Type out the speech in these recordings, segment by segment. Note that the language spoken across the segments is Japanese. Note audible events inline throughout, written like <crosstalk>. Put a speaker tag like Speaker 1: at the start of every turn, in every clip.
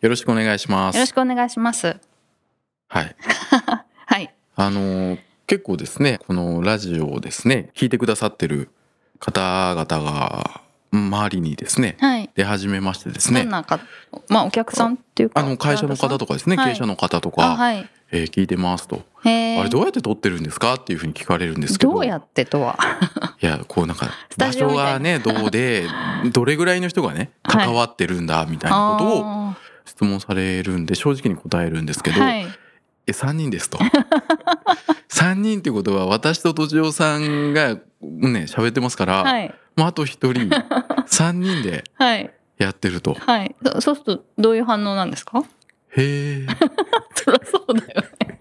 Speaker 1: よろしくお願いします
Speaker 2: よろしくお願いします
Speaker 1: はい
Speaker 2: はい
Speaker 1: あのー結構ですねこのラジオをですね聞いてくださってる方々が周りにですね
Speaker 2: はい
Speaker 1: 出始めましてです
Speaker 2: ど
Speaker 1: ね
Speaker 2: んなかまあお客さんっていうか
Speaker 1: あの会社の方
Speaker 2: か
Speaker 1: とかですね、
Speaker 2: はい
Speaker 1: 経営者の方とか、
Speaker 2: あはい
Speaker 1: えー聞いてますと、
Speaker 2: へえ
Speaker 1: あれどうやって撮ってるんですかっていうふうに聞かれるんですけど
Speaker 2: どうやってとは
Speaker 1: いやこうなんか
Speaker 2: スタ
Speaker 1: 場
Speaker 2: ジオみ
Speaker 1: 所
Speaker 2: た
Speaker 1: が
Speaker 2: い
Speaker 1: ねど
Speaker 2: <laughs>
Speaker 1: うでどれぐらいの人がね
Speaker 2: はい
Speaker 1: 関わってるんだみたいなことを
Speaker 2: あ
Speaker 1: 質問されるんで正直に答えるんですけ
Speaker 2: ー
Speaker 1: ど、
Speaker 2: はい
Speaker 1: え3人ですと <laughs> 3人ってことは私ととちおさんがね喋ってますから、
Speaker 2: はい
Speaker 1: まあ、あと1人
Speaker 2: <laughs>
Speaker 1: 3人で
Speaker 2: はい
Speaker 1: やってると
Speaker 2: はいそそうするとどういう反応なんです
Speaker 1: <laughs>
Speaker 2: か
Speaker 1: へえ
Speaker 2: そりゃそうだよね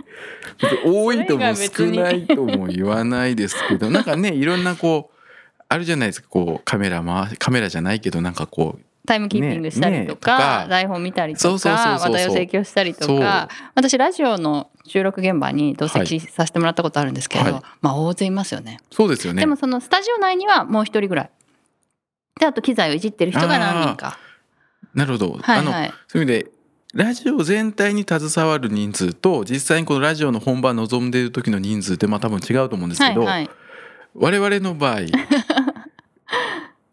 Speaker 1: 多い
Speaker 2: それ
Speaker 1: とも
Speaker 2: が別
Speaker 1: 少
Speaker 2: に
Speaker 1: ないとも言わないですけ
Speaker 2: <laughs>
Speaker 1: どなんかねいろんなこうあるじゃないですかこうカメラ回しカメラじゃないけどなんかこう
Speaker 2: タイムキーピングしたりとか,、
Speaker 1: ねねとか
Speaker 2: 台本見たりとか
Speaker 1: そうそうそうそうそう
Speaker 2: 話題を提供したりとか私ラジオの収録現場に同席させてもらったことあるんですけど、
Speaker 1: はい
Speaker 2: まあ大勢いますよね
Speaker 1: そうですよね
Speaker 2: でもそのスタジオ内にはもう一人ぐらいであと機材をいじってる人が何人か
Speaker 1: なるほど、
Speaker 2: はい
Speaker 1: あの
Speaker 2: はい
Speaker 1: そういう意味でラジオ全体に携わる人数と実際にこのラジオの本番望んでいる時の人数ってまあ多分違うと思うんです
Speaker 2: は
Speaker 1: け
Speaker 2: い
Speaker 1: ど、
Speaker 2: はい
Speaker 1: 我々
Speaker 2: <laughs>
Speaker 1: の場合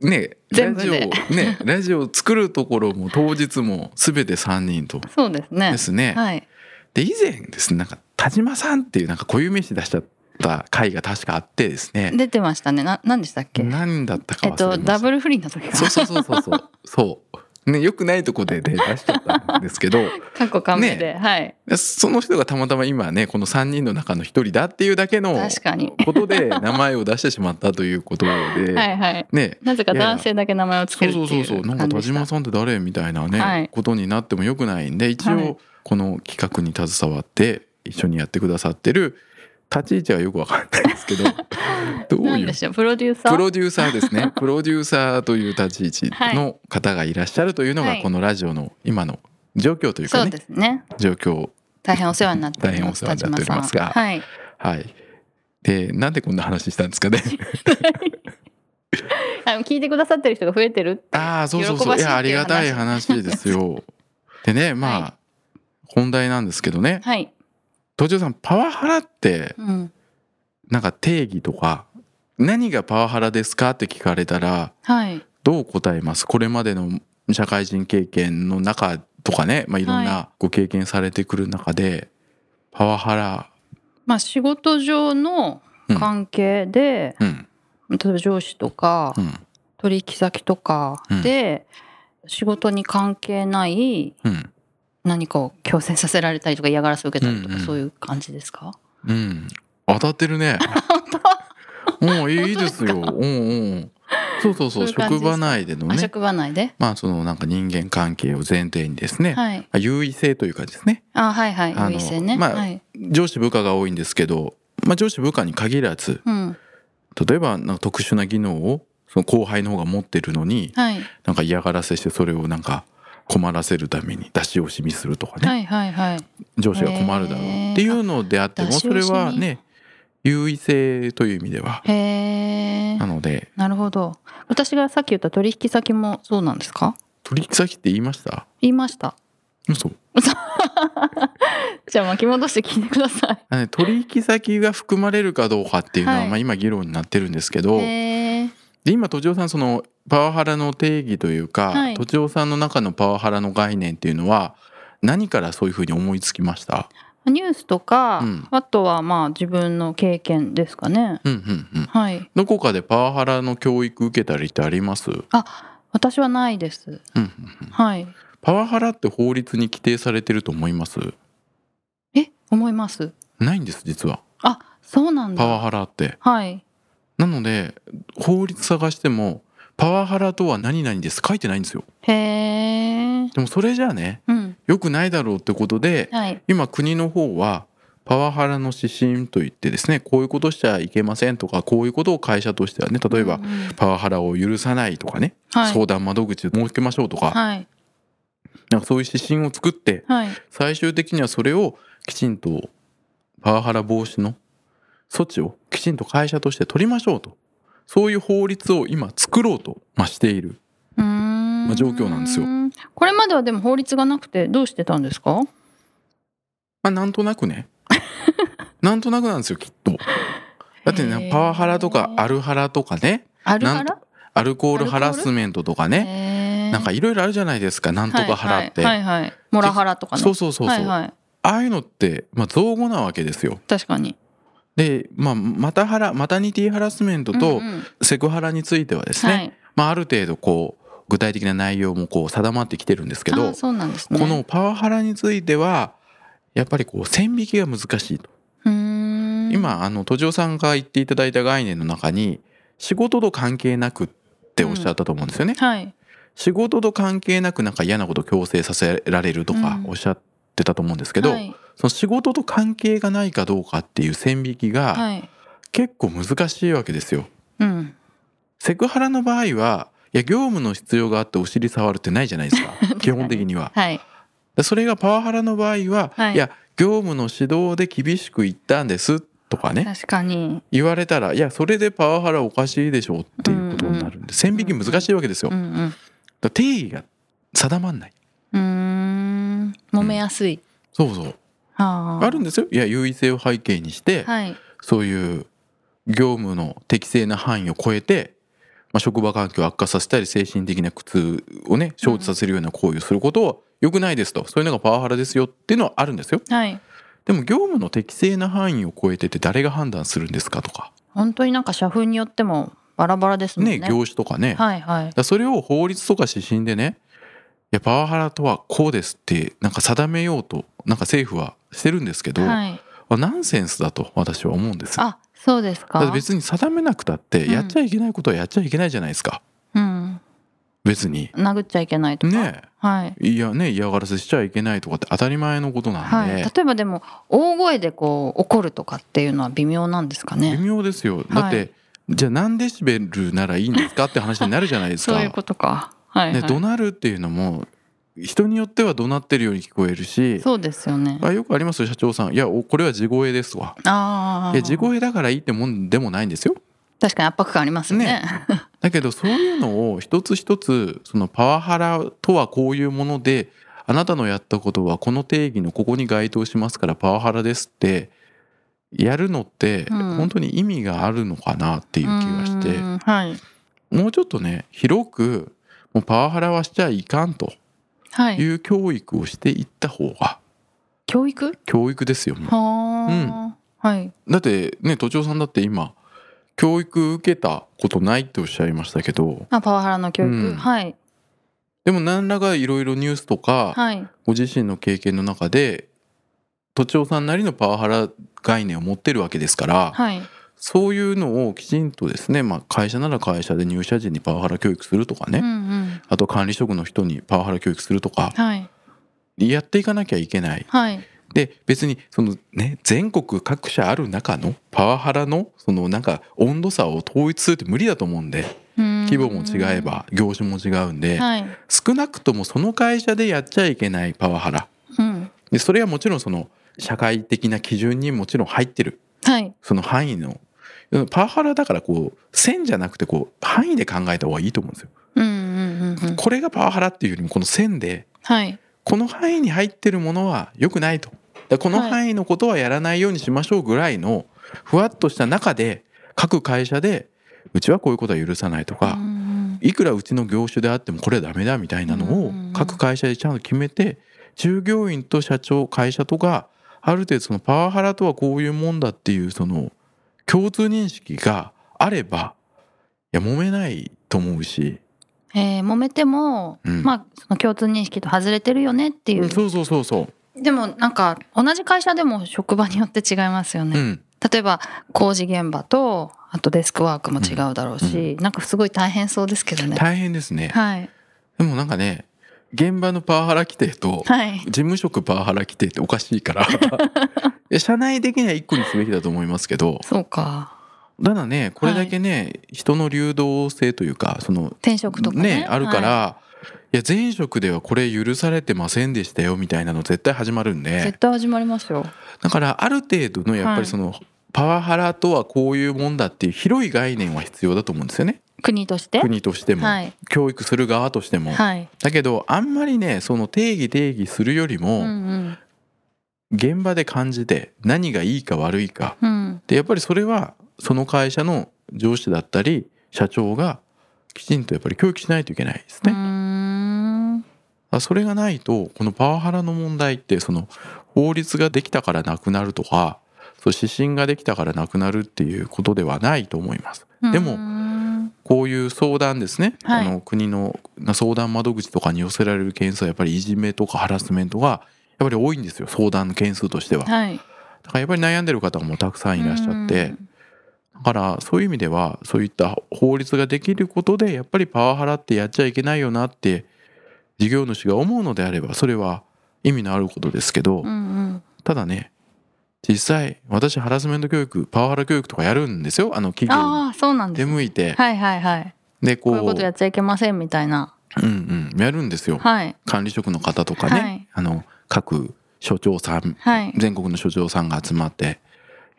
Speaker 1: ね
Speaker 2: 全
Speaker 1: ラ
Speaker 2: 部
Speaker 1: ジオ
Speaker 2: で
Speaker 1: ねラジオを作るところも当日も全て3人と
Speaker 2: そうですね
Speaker 1: ですね。
Speaker 2: はい
Speaker 1: で以前ですねなんか田島さんっていうなんか固有名詞出しちゃった回が確かあってですね
Speaker 2: 出てましたねな何でしたっけ
Speaker 1: 何だったか
Speaker 2: えっ
Speaker 1: 忘れました、
Speaker 2: とダブル不倫の時
Speaker 1: そ
Speaker 2: か
Speaker 1: うそうそうそうそうそうねよくないとこで、ね、出しちゃったんで
Speaker 2: <laughs>
Speaker 1: すけど
Speaker 2: 過去完明で、はい
Speaker 1: その人がたまたま今ねこの3人の中の1人だっていうだけの
Speaker 2: 確かに
Speaker 1: ことで名前を出してしまったということ
Speaker 2: <laughs>
Speaker 1: で、
Speaker 2: はいはい
Speaker 1: ね
Speaker 2: なぜか男性だけ名前をつ
Speaker 1: そ
Speaker 2: け
Speaker 1: う
Speaker 2: るって
Speaker 1: そ
Speaker 2: いうう感じでした
Speaker 1: そうそうなんか田島さんって誰みたいなね、
Speaker 2: はい
Speaker 1: ことになってもよくないんで一
Speaker 2: はい
Speaker 1: 応この企画に携わって一緒にやってくださってる立ち位置はよくわかんないで
Speaker 2: <laughs>
Speaker 1: すけどどう
Speaker 2: ないん
Speaker 1: う
Speaker 2: でしょうプロデューサー
Speaker 1: プロデューサーで
Speaker 2: <laughs>
Speaker 1: すねプロデューサーという立ち位置の方がいらっしゃるというの
Speaker 2: は
Speaker 1: が
Speaker 2: い
Speaker 1: このラジオの今の状況という
Speaker 2: そ
Speaker 1: か
Speaker 2: う
Speaker 1: ね
Speaker 2: ですね
Speaker 1: 状況
Speaker 2: 大変お世話になっております。
Speaker 1: 大変お世話になっておりますが
Speaker 2: 田島さ
Speaker 1: <laughs>
Speaker 2: んはい。
Speaker 1: はい。でなんでこんな話したんです
Speaker 2: <laughs>
Speaker 1: かね
Speaker 2: あの聞いてくださってる人が増えてるって。
Speaker 1: ああそうそうそう
Speaker 2: 喜ばしいっていう話
Speaker 1: いやありがたい話ですよでねまあ、
Speaker 2: は
Speaker 1: 本題なんですけどね
Speaker 2: はい。
Speaker 1: 途中さんパワハラって
Speaker 2: うん。
Speaker 1: なんか定義とか何がパワハラですかって聞かれたら
Speaker 2: はい。
Speaker 1: どう答えますこれまでの社会人経験の中とかね、まあ、いろん
Speaker 2: は
Speaker 1: なご経験されてくる中で、パワハラ、
Speaker 2: まあ仕事上の
Speaker 1: うん
Speaker 2: 関係で、
Speaker 1: うん
Speaker 2: 例えば上司とか
Speaker 1: うん
Speaker 2: 取引先とかで、仕事に関係ない
Speaker 1: うん
Speaker 2: 何かを強制させられたりとか嫌がらせを受けたりとか、
Speaker 1: うんうん
Speaker 2: そういう感じですか？
Speaker 1: うん、当たって
Speaker 2: <laughs>
Speaker 1: るね。うんいいいいですよ。うんうん。そうそうそ
Speaker 2: そう
Speaker 1: う
Speaker 2: いう感じですか
Speaker 1: 職場内での
Speaker 2: あ
Speaker 1: ね、
Speaker 2: 職場内で。
Speaker 1: まあそのなんか人間関係を前提にですね、
Speaker 2: はい。
Speaker 1: まあ優位性というかですね、
Speaker 2: あはいは
Speaker 1: あの
Speaker 2: い。優位性ね。
Speaker 1: まあ
Speaker 2: はい。
Speaker 1: 上司部下が多いんですけど、まあ、上司部下に限らず
Speaker 2: うん。
Speaker 1: 例えばなんか特殊な技能をその後輩の方が持ってるのに
Speaker 2: はい。
Speaker 1: なんか嫌がらせしてそれをなんか困らせるために出し惜しみするとかね、
Speaker 2: はいはいはい。
Speaker 1: 上司が困るだろうっていうのであっても
Speaker 2: へーあ
Speaker 1: それは
Speaker 2: 出し惜しみ
Speaker 1: ね優位性という意味では
Speaker 2: へえ
Speaker 1: な。ので
Speaker 2: なるほど。私がさっき言った取引先もそうなんですか？
Speaker 1: 取引先って言いました
Speaker 2: 言いました。
Speaker 1: 嘘
Speaker 2: じゃあ巻き戻して聞いてくださ
Speaker 1: あのね取引先が含まれるかどうかっていうのは、
Speaker 2: はい
Speaker 1: まあ、今議論になってるんですけ
Speaker 2: い。
Speaker 1: どで
Speaker 2: へえ。
Speaker 1: 今とちおさんそのパワハラの定義というか、
Speaker 2: はい
Speaker 1: とちおさんの中のパワハラの概念っていうのは何からそういうふうに思いつきました
Speaker 2: ニュースとか、
Speaker 1: うん
Speaker 2: あとはまあ自分の経験ですかね。
Speaker 1: うんうんうん
Speaker 2: はい。
Speaker 1: どこかでパワハラの教育受けたりってあります、うん
Speaker 2: あ、私はないです。
Speaker 1: うんうん、
Speaker 2: はい。
Speaker 1: パワハラって法律に規定されてると思います
Speaker 2: え、思います。
Speaker 1: ないんです実は
Speaker 2: あ、そうなん
Speaker 1: パワ
Speaker 2: だ。
Speaker 1: ハラって
Speaker 2: はい。
Speaker 1: なので法律探してもパワハラとは何々ですって書いてないんですよ
Speaker 2: へえ。
Speaker 1: でもそれじゃあね
Speaker 2: うん。
Speaker 1: 良くないだろうってことで、
Speaker 2: はい。
Speaker 1: 今国の方はパワハラの指針といってですねこういうことしちゃいけませんとかこういうことを会社としてはね例えば
Speaker 2: うんうん
Speaker 1: パワハラを許さないとかね、
Speaker 2: はい。
Speaker 1: 相談窓口を設けましょうとか,、
Speaker 2: はい。
Speaker 1: なんかそういう指針を作って
Speaker 2: はい。
Speaker 1: 最終的にはそれをきちんとパワハラ防止の措置をきちんと会社として取りましょうとそういう法律を今作ろうと、まあ、している
Speaker 2: うーん
Speaker 1: まあ状況なんですよ。
Speaker 2: これまではでも法律がなくてどうしてたんですか
Speaker 1: まあ、なんとな
Speaker 2: <laughs>
Speaker 1: くね。なんとなくなんですよ、きっと。だって
Speaker 2: へ
Speaker 1: ね、
Speaker 2: ー
Speaker 1: パワハラとかアルハラとかね、
Speaker 2: ある
Speaker 1: な
Speaker 2: か
Speaker 1: ん
Speaker 2: ら
Speaker 1: アルコールハラスメントとかね、
Speaker 2: ね
Speaker 1: なんかいろいろあるじゃないですか、なんとかハラって。
Speaker 2: はいはいはいはい。モラハラとかね。
Speaker 1: そうそうそうそう。
Speaker 2: はいはい。
Speaker 1: ああいうのって、まあ、造語なわけですよ。
Speaker 2: 確かに。
Speaker 1: で、まあ、マタハラ、マタニティハラスメントと
Speaker 2: うんうん
Speaker 1: セクハラについてはですね、
Speaker 2: はい。
Speaker 1: まあ、ある程度こう、具体的な内容もこう定まってきてるんですけ
Speaker 2: あ
Speaker 1: ど、
Speaker 2: ーそうなんですね。
Speaker 1: このパワハラについては、やっぱりこう、線引きが難しいと。
Speaker 2: うーん、
Speaker 1: 今あの土おさんが言っていただいた概念の中に仕事と関係なくっておっしゃったと思うんですよね、
Speaker 2: はい。
Speaker 1: 仕事と関係なくなんか嫌なこと強制させられるとか
Speaker 2: うん
Speaker 1: おっしゃってたと思うんですけど、
Speaker 2: はい
Speaker 1: その仕事と関係がないかどうかっていう線引きが
Speaker 2: はい。
Speaker 1: 結構難しいわけですよ
Speaker 2: うん。
Speaker 1: セクハラの場合はいや業務の必要があってお尻触るってないじゃないです <laughs> か基本的には
Speaker 2: はい。
Speaker 1: でそれがパワハラの場合は、
Speaker 2: はい
Speaker 1: いや業務の指導で厳しく言ったんですとかね
Speaker 2: 確かに。
Speaker 1: 言われたらいやそれでパワハラおかしいでしょうっていうことになるんで線引き難しいわけですよ
Speaker 2: う
Speaker 1: だか
Speaker 2: ん
Speaker 1: ら定義が定まんない
Speaker 2: うん。うーん。揉めやすい。
Speaker 1: そうそう
Speaker 2: はあ。
Speaker 1: あるんですよいや優位性を背景にして
Speaker 2: はい。
Speaker 1: そういう業務の適正な範囲を超えてまあ職場環境を悪化させたり精神的な苦痛をね承知させるような行為をすることは良くないですとそういうのがパワハラですよっていうのはあるんですよ
Speaker 2: はい。
Speaker 1: でも業務の適正な範囲を超えてって誰が判断するんですかとか
Speaker 2: 本当になんか社風によってもバラバラですもんね。
Speaker 1: ね業種とかね
Speaker 2: はいはい
Speaker 1: だ。からそれを法律とか指針でねいやパワハラとはこうですってなんか定めようとなんか政府はしてるんですけど、
Speaker 2: はい。
Speaker 1: あナンセンスだと私は思うんですだ
Speaker 2: あ、そうですか。
Speaker 1: って別に定めなくたって
Speaker 2: うん
Speaker 1: やっちゃいけないことはやっちゃいけないじゃないですか
Speaker 2: うん。
Speaker 1: 別に
Speaker 2: 殴っちゃいけないとか。
Speaker 1: ね
Speaker 2: はい。
Speaker 1: えいやね嫌がらせしちゃいけないとかって当たり前のことなん
Speaker 2: はい、
Speaker 1: で、
Speaker 2: 例えばでも大声でこう怒るとかっていうのは微妙なんですか
Speaker 1: 微
Speaker 2: ね
Speaker 1: 妙ですよ
Speaker 2: い
Speaker 1: だって、じゃあ何デシベルならいいんですかって話になるじゃないです
Speaker 2: そ
Speaker 1: か
Speaker 2: ういうことかはい、はい
Speaker 1: ね、怒鳴るっていうのも人によっては怒鳴ってるように聞こえるし
Speaker 2: そうですよね
Speaker 1: あよくありますよ社長さん「いやおこれは地声ですわ」
Speaker 2: ああ
Speaker 1: いや地声だからいいってもんでもないんですよ
Speaker 2: 確かに圧迫感ありますよね
Speaker 1: だけどそういうのを一つ一つそのパワハラとはこういうものであなたのやったことはこの定義のここに該当しますからパワハラですってやるのって
Speaker 2: うん
Speaker 1: 本当に意味があるのかなっていう気がして、
Speaker 2: うんはい
Speaker 1: もうちょっとね広くもうパワハラはしちゃいかんと
Speaker 2: はいいう
Speaker 1: 教育をしていった方が
Speaker 2: 教育
Speaker 1: 教育ですよもう
Speaker 2: はあ、はい
Speaker 1: だってね都庁さんだって今教育受けたことないっておっしゃいましたけど
Speaker 2: あパワハラの教育、
Speaker 1: うん
Speaker 2: はい
Speaker 1: でも何らかいろいろニュースとか
Speaker 2: はい
Speaker 1: ご自身の経験の中で都庁さんなりのパワハラ概念を持ってるわけですから
Speaker 2: はい
Speaker 1: そういうのをきちんとですね、まあ、会社なら会社で入社時にパワハラ教育するとか
Speaker 2: うんう
Speaker 1: ね
Speaker 2: ん
Speaker 1: あと管理職の人にパワハラ教育するとか
Speaker 2: はい
Speaker 1: やっていかなきゃいけない
Speaker 2: はい
Speaker 1: で別にそのね全国各社ある中のパワハラのそのなんか温度差を統一するって無理だと思うんで
Speaker 2: 規
Speaker 1: 規模も違えば業種も違うんで
Speaker 2: はい
Speaker 1: 少なくともその会社でやっちゃいけないパワハラ
Speaker 2: うん
Speaker 1: でそれはもちろんその社会的な基準にもちろん入ってる
Speaker 2: はい
Speaker 1: その範囲のパワハラだからこう線じゃなくてこう範囲で考えた方がいいと思うんですよ。
Speaker 2: うんうんうんうん
Speaker 1: これがパワハラっていうよりもこの線で
Speaker 2: はい
Speaker 1: この範囲に入ってるものは良くないと。だからこの
Speaker 2: はい
Speaker 1: 範囲のことはやらないようにしましょうぐらいのふわっとした中で各会社でうちはこういうことは許さないと
Speaker 2: う
Speaker 1: か
Speaker 2: ん
Speaker 1: いくらうちの業種であってもこれはダメだみたいなの
Speaker 2: う
Speaker 1: を
Speaker 2: ん
Speaker 1: 各会社でちゃんと決めて従業員と社長会社とかある程度そのパワハラとはこういうもんだっていうその共通認識があればいや揉めないと思うし、
Speaker 2: えー、揉めても、
Speaker 1: うん
Speaker 2: まあその共通認識と外れてるよねっていう、
Speaker 1: そうそうそうそ
Speaker 2: でもなんか同じ会社でも職場によって違いますよ
Speaker 1: う、
Speaker 2: ね、
Speaker 1: うん、
Speaker 2: 例えば工事現場とあとデスクワークも違うだろうし、なんかすごい大変そうですけどね
Speaker 1: 大変ですね。
Speaker 2: はい
Speaker 1: でもなんかね現場のパワハラ規定と
Speaker 2: はい
Speaker 1: 事務職パワハラ規定っておかし
Speaker 2: <laughs>
Speaker 1: いからいや社内的には一個にすべきだと思いますけど
Speaker 2: そうか
Speaker 1: ただねこれだけね、人の流動性というかその
Speaker 2: 転職とかね
Speaker 1: あるから、、
Speaker 2: はい
Speaker 1: や前職ではこれ許されてませんでしたよみたいなの絶対始まるん
Speaker 2: い
Speaker 1: で
Speaker 2: 絶対始まりますよ
Speaker 1: だからある程度のやっぱりその、パワハラとはこういうもんだっていう広い概念は必要だと思うんですよね
Speaker 2: 国として
Speaker 1: 国としても、
Speaker 2: はい
Speaker 1: 教育する側としても、
Speaker 2: はい
Speaker 1: だけどあんまりねその定義定義するより
Speaker 2: う
Speaker 1: も、
Speaker 2: ん
Speaker 1: 現場で感じて何がいいか悪いか
Speaker 2: うんうん
Speaker 1: でやっぱりそれはその会社の上司だったり社長がきちんとやっぱり教育しないといけないです
Speaker 2: うー
Speaker 1: ね。
Speaker 2: ん
Speaker 1: あそれがないとこのパワハラの問題ってその法律ができたからなくなるとかそう指針ができたからなくなるっていうことではないと思います。で
Speaker 2: うー
Speaker 1: も
Speaker 2: ん
Speaker 1: こういう相談ですね、
Speaker 2: はい
Speaker 1: あの国の相談窓口とかに寄せられる件数はやっぱりいじめとかハラスメントがやっぱり多いんですよ相談の件数としては。
Speaker 2: はい
Speaker 1: だからやっぱり悩んでる方もたくさんいらっしゃって
Speaker 2: うん
Speaker 1: だからそういう意味ではそういった法律ができることでやっぱりパワハラってやっちゃいけないよなって事業主が思うのであればそれは意味のあることですけど
Speaker 2: うんうん
Speaker 1: ただね実際私ハラスメント教育パワハラ教育とかやるんですよあの企業に
Speaker 2: ああそうなんで
Speaker 1: 出
Speaker 2: す
Speaker 1: 向いて
Speaker 2: はいはいはい
Speaker 1: で
Speaker 2: こ
Speaker 1: こう
Speaker 2: ういうことやっちゃいけませんみたいな
Speaker 1: うんうんやるんですよ
Speaker 2: はい
Speaker 1: 管理職の方とかね、
Speaker 2: はい
Speaker 1: あの各所長さん
Speaker 2: はい
Speaker 1: 全国の所長さんが集まって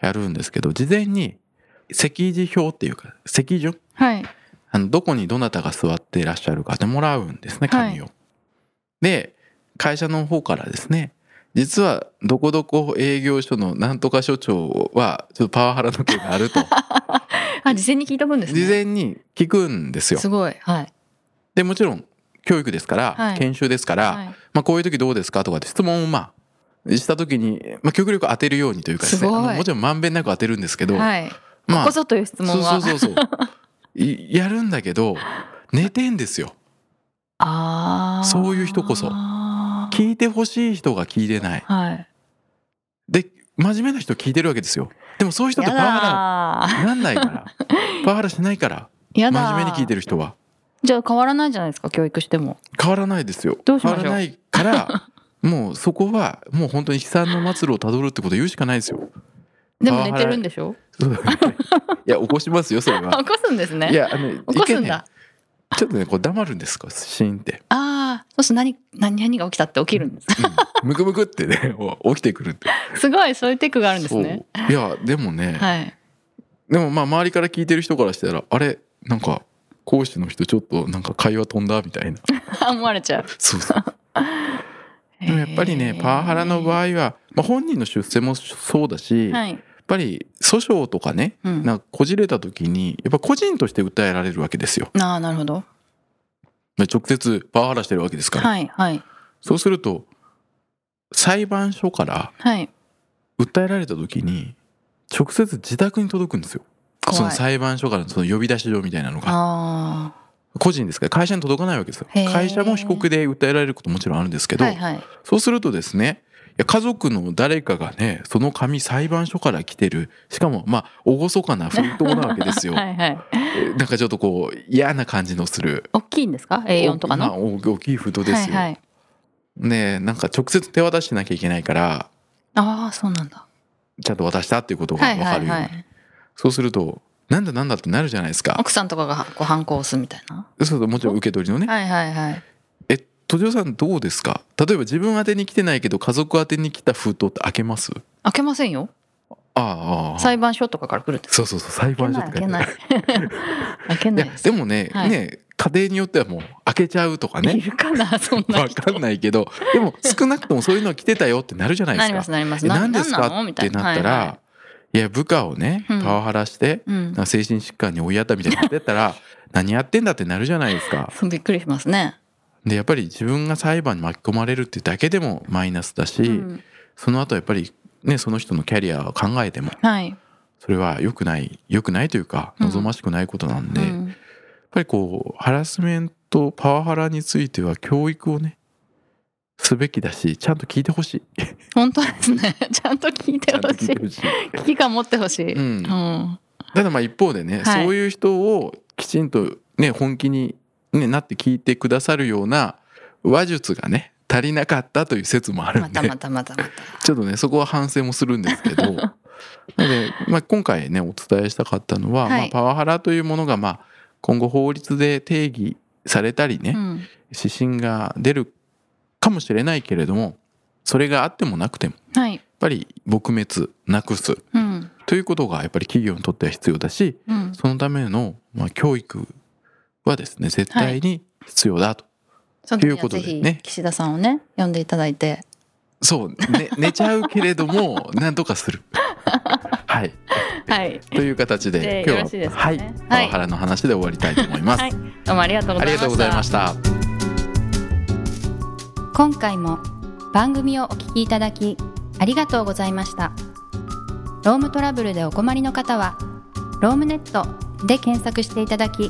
Speaker 1: やるんですけど事前に席次表っていうか席順
Speaker 2: はい
Speaker 1: あのどこにどなたが座っていらっしゃるかでもらうんです
Speaker 2: は
Speaker 1: ね
Speaker 2: い
Speaker 1: 紙を。で会社の方からですね実はどこどこ営業所のなんとか所長はちょっとパワハラの件があ
Speaker 2: <laughs>
Speaker 1: ると
Speaker 2: あ事前に聞いとくんですね
Speaker 1: 事前に聞くんですよ
Speaker 2: す。ごいはい
Speaker 1: でもちろん教育ですから、
Speaker 2: はい
Speaker 1: 研修ですから、
Speaker 2: はい
Speaker 1: まあ、こういう時どうですかとかって質問をまあした時に、まあ、極力当てるようにというかです
Speaker 2: す
Speaker 1: ね
Speaker 2: ごい
Speaker 1: あのもちろんまんべんなく当てるんですけど、
Speaker 2: はい
Speaker 1: まあ
Speaker 2: ここぞという質問は
Speaker 1: そうそうそうそういやるんだけど寝てんですよ
Speaker 2: ああ
Speaker 1: そういう人こそ
Speaker 2: は
Speaker 1: 聞いてほしい人が聞いてない
Speaker 2: い
Speaker 1: で真面目な人聞いてるわけですよでもそういう人って
Speaker 2: や
Speaker 1: パワハ
Speaker 2: だー
Speaker 1: ラなんないからパワハラしないから
Speaker 2: やだー
Speaker 1: 真面目に聞いてる人は
Speaker 2: じゃあ変わらないじゃないですか教育しても
Speaker 1: 変わらないですよ
Speaker 2: どうしましょう
Speaker 1: 変わらないから <laughs> もうそこはもう本当に悲惨の末路をたどるってこと言うしかないで
Speaker 2: <laughs>
Speaker 1: すよ
Speaker 2: でも寝てるんでしょ
Speaker 1: そうだねいや起こしますよそれ
Speaker 2: <laughs>
Speaker 1: は
Speaker 2: あ起こすんですね
Speaker 1: いやあの
Speaker 2: 起こすんだ、
Speaker 1: 一見ねちょっとねこう黙るんですかシーンって、
Speaker 2: ああそうすると何何何が起きたって起きるんです <laughs>
Speaker 1: うん、ムクムクってね <laughs> もう起きてくるって
Speaker 2: すごいそういうテ <laughs> クがあるんですね
Speaker 1: そういやでも
Speaker 2: <laughs>
Speaker 1: ね、
Speaker 2: はい
Speaker 1: でもまあ周りから聞いてる人からしたらあれなんか講師の人ちょっとなんか会話飛んだみたいな
Speaker 2: あ思われちゃう
Speaker 1: そうそうでもやっぱりねパワハラの場
Speaker 2: 合
Speaker 1: 合は、まあ、本人の出世もそうだし、やっ
Speaker 2: はい、
Speaker 1: ぱり訴訟とかね
Speaker 2: うん、
Speaker 1: なんかこじれた時にやっぱ個人として訴えられるわけですよ
Speaker 2: ああなるほど
Speaker 1: まあ直接パワハラしてるわけですから、
Speaker 2: はいはい
Speaker 1: そうすると裁判所から
Speaker 2: はい
Speaker 1: 訴えられた時に直接自宅に届くんですよその
Speaker 2: 怖い
Speaker 1: 裁判所からのその呼び出し状みたいなのが
Speaker 2: あ
Speaker 1: 個人ですから会社に届かないわけですよ
Speaker 2: へー
Speaker 1: 会社も被告で訴えられることもちろんあるんですけ
Speaker 2: あ
Speaker 1: ど、
Speaker 2: はいはい
Speaker 1: そうするとですねいや家族の誰かがねその紙裁判所から来てるしかもまあ厳かな封筒なわけですよ、
Speaker 2: <laughs> はいはい
Speaker 1: えなんかちょっとこう嫌な感じのする
Speaker 2: 大きいんですか A4 とか
Speaker 1: まあ
Speaker 2: の、
Speaker 1: 大大きい封筒ですよ、
Speaker 2: はいはい
Speaker 1: ねなんか直接手渡してなきゃいけないから
Speaker 2: ああそうなんだ
Speaker 1: ちゃんと渡したっていうことが
Speaker 2: はい
Speaker 1: 分か
Speaker 2: は
Speaker 1: るよう
Speaker 2: い
Speaker 1: に、
Speaker 2: はい
Speaker 1: そうするとなんだなんだってなるじゃないですか
Speaker 2: 奥さんとかがこう反抗を押すみたいな
Speaker 1: そうするともちろん受け取りのね
Speaker 2: はいはいはい
Speaker 1: え、とじおさんどうですか例えば自分宛てに来てないけど家族宛てに来た封筒って開けます
Speaker 2: 開けませんよ
Speaker 1: ああああ
Speaker 2: 裁判所とかから来るんです
Speaker 1: そうそうそう裁
Speaker 2: 開
Speaker 1: 判所とか
Speaker 2: け
Speaker 1: <laughs>
Speaker 2: ない開けない開け
Speaker 1: い
Speaker 2: ない
Speaker 1: や
Speaker 2: です
Speaker 1: でもね、
Speaker 2: はい
Speaker 1: ね家庭によってはもう開けちゃうとか
Speaker 2: い <laughs>
Speaker 1: ね
Speaker 2: るか
Speaker 1: <laughs>
Speaker 2: なそんな
Speaker 1: わ
Speaker 2: 人
Speaker 1: かんないけどでも少なくともそういうの来てたよってなるじゃないで
Speaker 2: な
Speaker 1: す
Speaker 2: り
Speaker 1: か
Speaker 2: ますなります
Speaker 1: え何です
Speaker 2: なな
Speaker 1: か
Speaker 2: の
Speaker 1: っ
Speaker 2: みた
Speaker 1: て
Speaker 2: いな
Speaker 1: なったら、
Speaker 2: はい
Speaker 1: い
Speaker 2: は
Speaker 1: や部下をね
Speaker 2: うん
Speaker 1: パワハラして、
Speaker 2: いうん
Speaker 1: なんか精神疾患に追いやったみたいになってっ
Speaker 2: <laughs>
Speaker 1: たら何やってんだってなるじゃないですか
Speaker 2: そうびっくりしますね、
Speaker 1: でやっぱり自分が裁判に巻き込まれるってだけでもマイナスだし、
Speaker 2: うん、
Speaker 1: その後やっぱりねその人のキャリアを考えても
Speaker 2: はい、
Speaker 1: それは良くない良くないというか
Speaker 2: うん
Speaker 1: 望ましくないことなんで、
Speaker 2: う
Speaker 1: やっ
Speaker 2: ん、
Speaker 1: ぱりこうハラスメントパワハラについては教育をねすべきだしちゃんと聞いてほしい
Speaker 2: 本当ですね <laughs> ちゃんと聞い
Speaker 1: ち
Speaker 2: て
Speaker 1: ゃんと
Speaker 2: ほ
Speaker 1: 聞
Speaker 2: し
Speaker 1: いてほ
Speaker 2: い
Speaker 1: しい、
Speaker 2: 危機感持ってほしい、
Speaker 1: う
Speaker 2: うん
Speaker 1: ん、
Speaker 2: うん
Speaker 1: ただまあ一方でね、
Speaker 2: はい
Speaker 1: そういう人をきちんとね本気に、ね、なって聞いてくださるような話術がね足りなかったという説もある
Speaker 2: ま
Speaker 1: んで
Speaker 2: たまたま
Speaker 1: <laughs>
Speaker 2: たまた。
Speaker 1: ちょっとねそこは反省もするんですけ
Speaker 2: <laughs>
Speaker 1: どなので、まあ、今回ねお伝えしたかったのは、
Speaker 2: はい
Speaker 1: まあ、パワハラというものが、まあ、今後法律で定義されたりね、
Speaker 2: うん
Speaker 1: 指針が出るかもしれないけれどもそれがあってもなくてもやっ
Speaker 2: はい。
Speaker 1: ぱり撲滅なくす
Speaker 2: うん。
Speaker 1: ということがやっぱり企業にとっては必要だし
Speaker 2: うん。
Speaker 1: そのための、まあ、教育はですね絶対に必要だと、
Speaker 2: その
Speaker 1: とい
Speaker 2: 時
Speaker 1: う
Speaker 2: は
Speaker 1: こと
Speaker 2: ぜ
Speaker 1: でね
Speaker 2: ひ岸田さんをね呼んでいただいて。
Speaker 1: そう、ね、寝ちゃうけれど
Speaker 2: <laughs>
Speaker 1: もなんとかする。はい
Speaker 2: はい。
Speaker 1: という形で
Speaker 2: で
Speaker 1: 今日は
Speaker 2: よろしいですか
Speaker 1: はい
Speaker 2: ね
Speaker 1: パ
Speaker 2: はい
Speaker 1: ワハラの話で終わりたいと思います、
Speaker 2: はいどうもありがとうござ
Speaker 1: あり
Speaker 2: い
Speaker 1: がと
Speaker 2: まし
Speaker 1: うござい
Speaker 2: た
Speaker 1: まし。た
Speaker 2: 今回も番組をお聞きいただきありがとうございましたロームトラブルでお困りの方はロームネットで検索していただき